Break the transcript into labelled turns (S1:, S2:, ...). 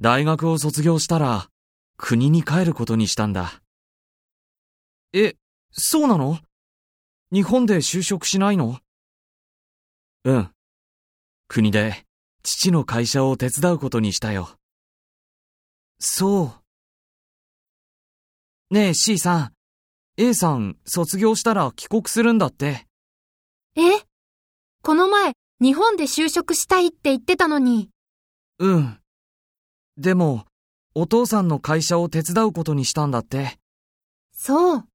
S1: 大学を卒業したら、国に帰ることにしたんだ。え、そうなの日本で就職しないのうん。国で、父の会社を手伝うことにしたよ。そう。ねえ C さん、A さん卒業したら帰国するんだって。
S2: えこの前、日本で就職したいって言ってたのに。
S1: うん。でも、お父さんの会社を手伝うことにしたんだって。
S2: そう。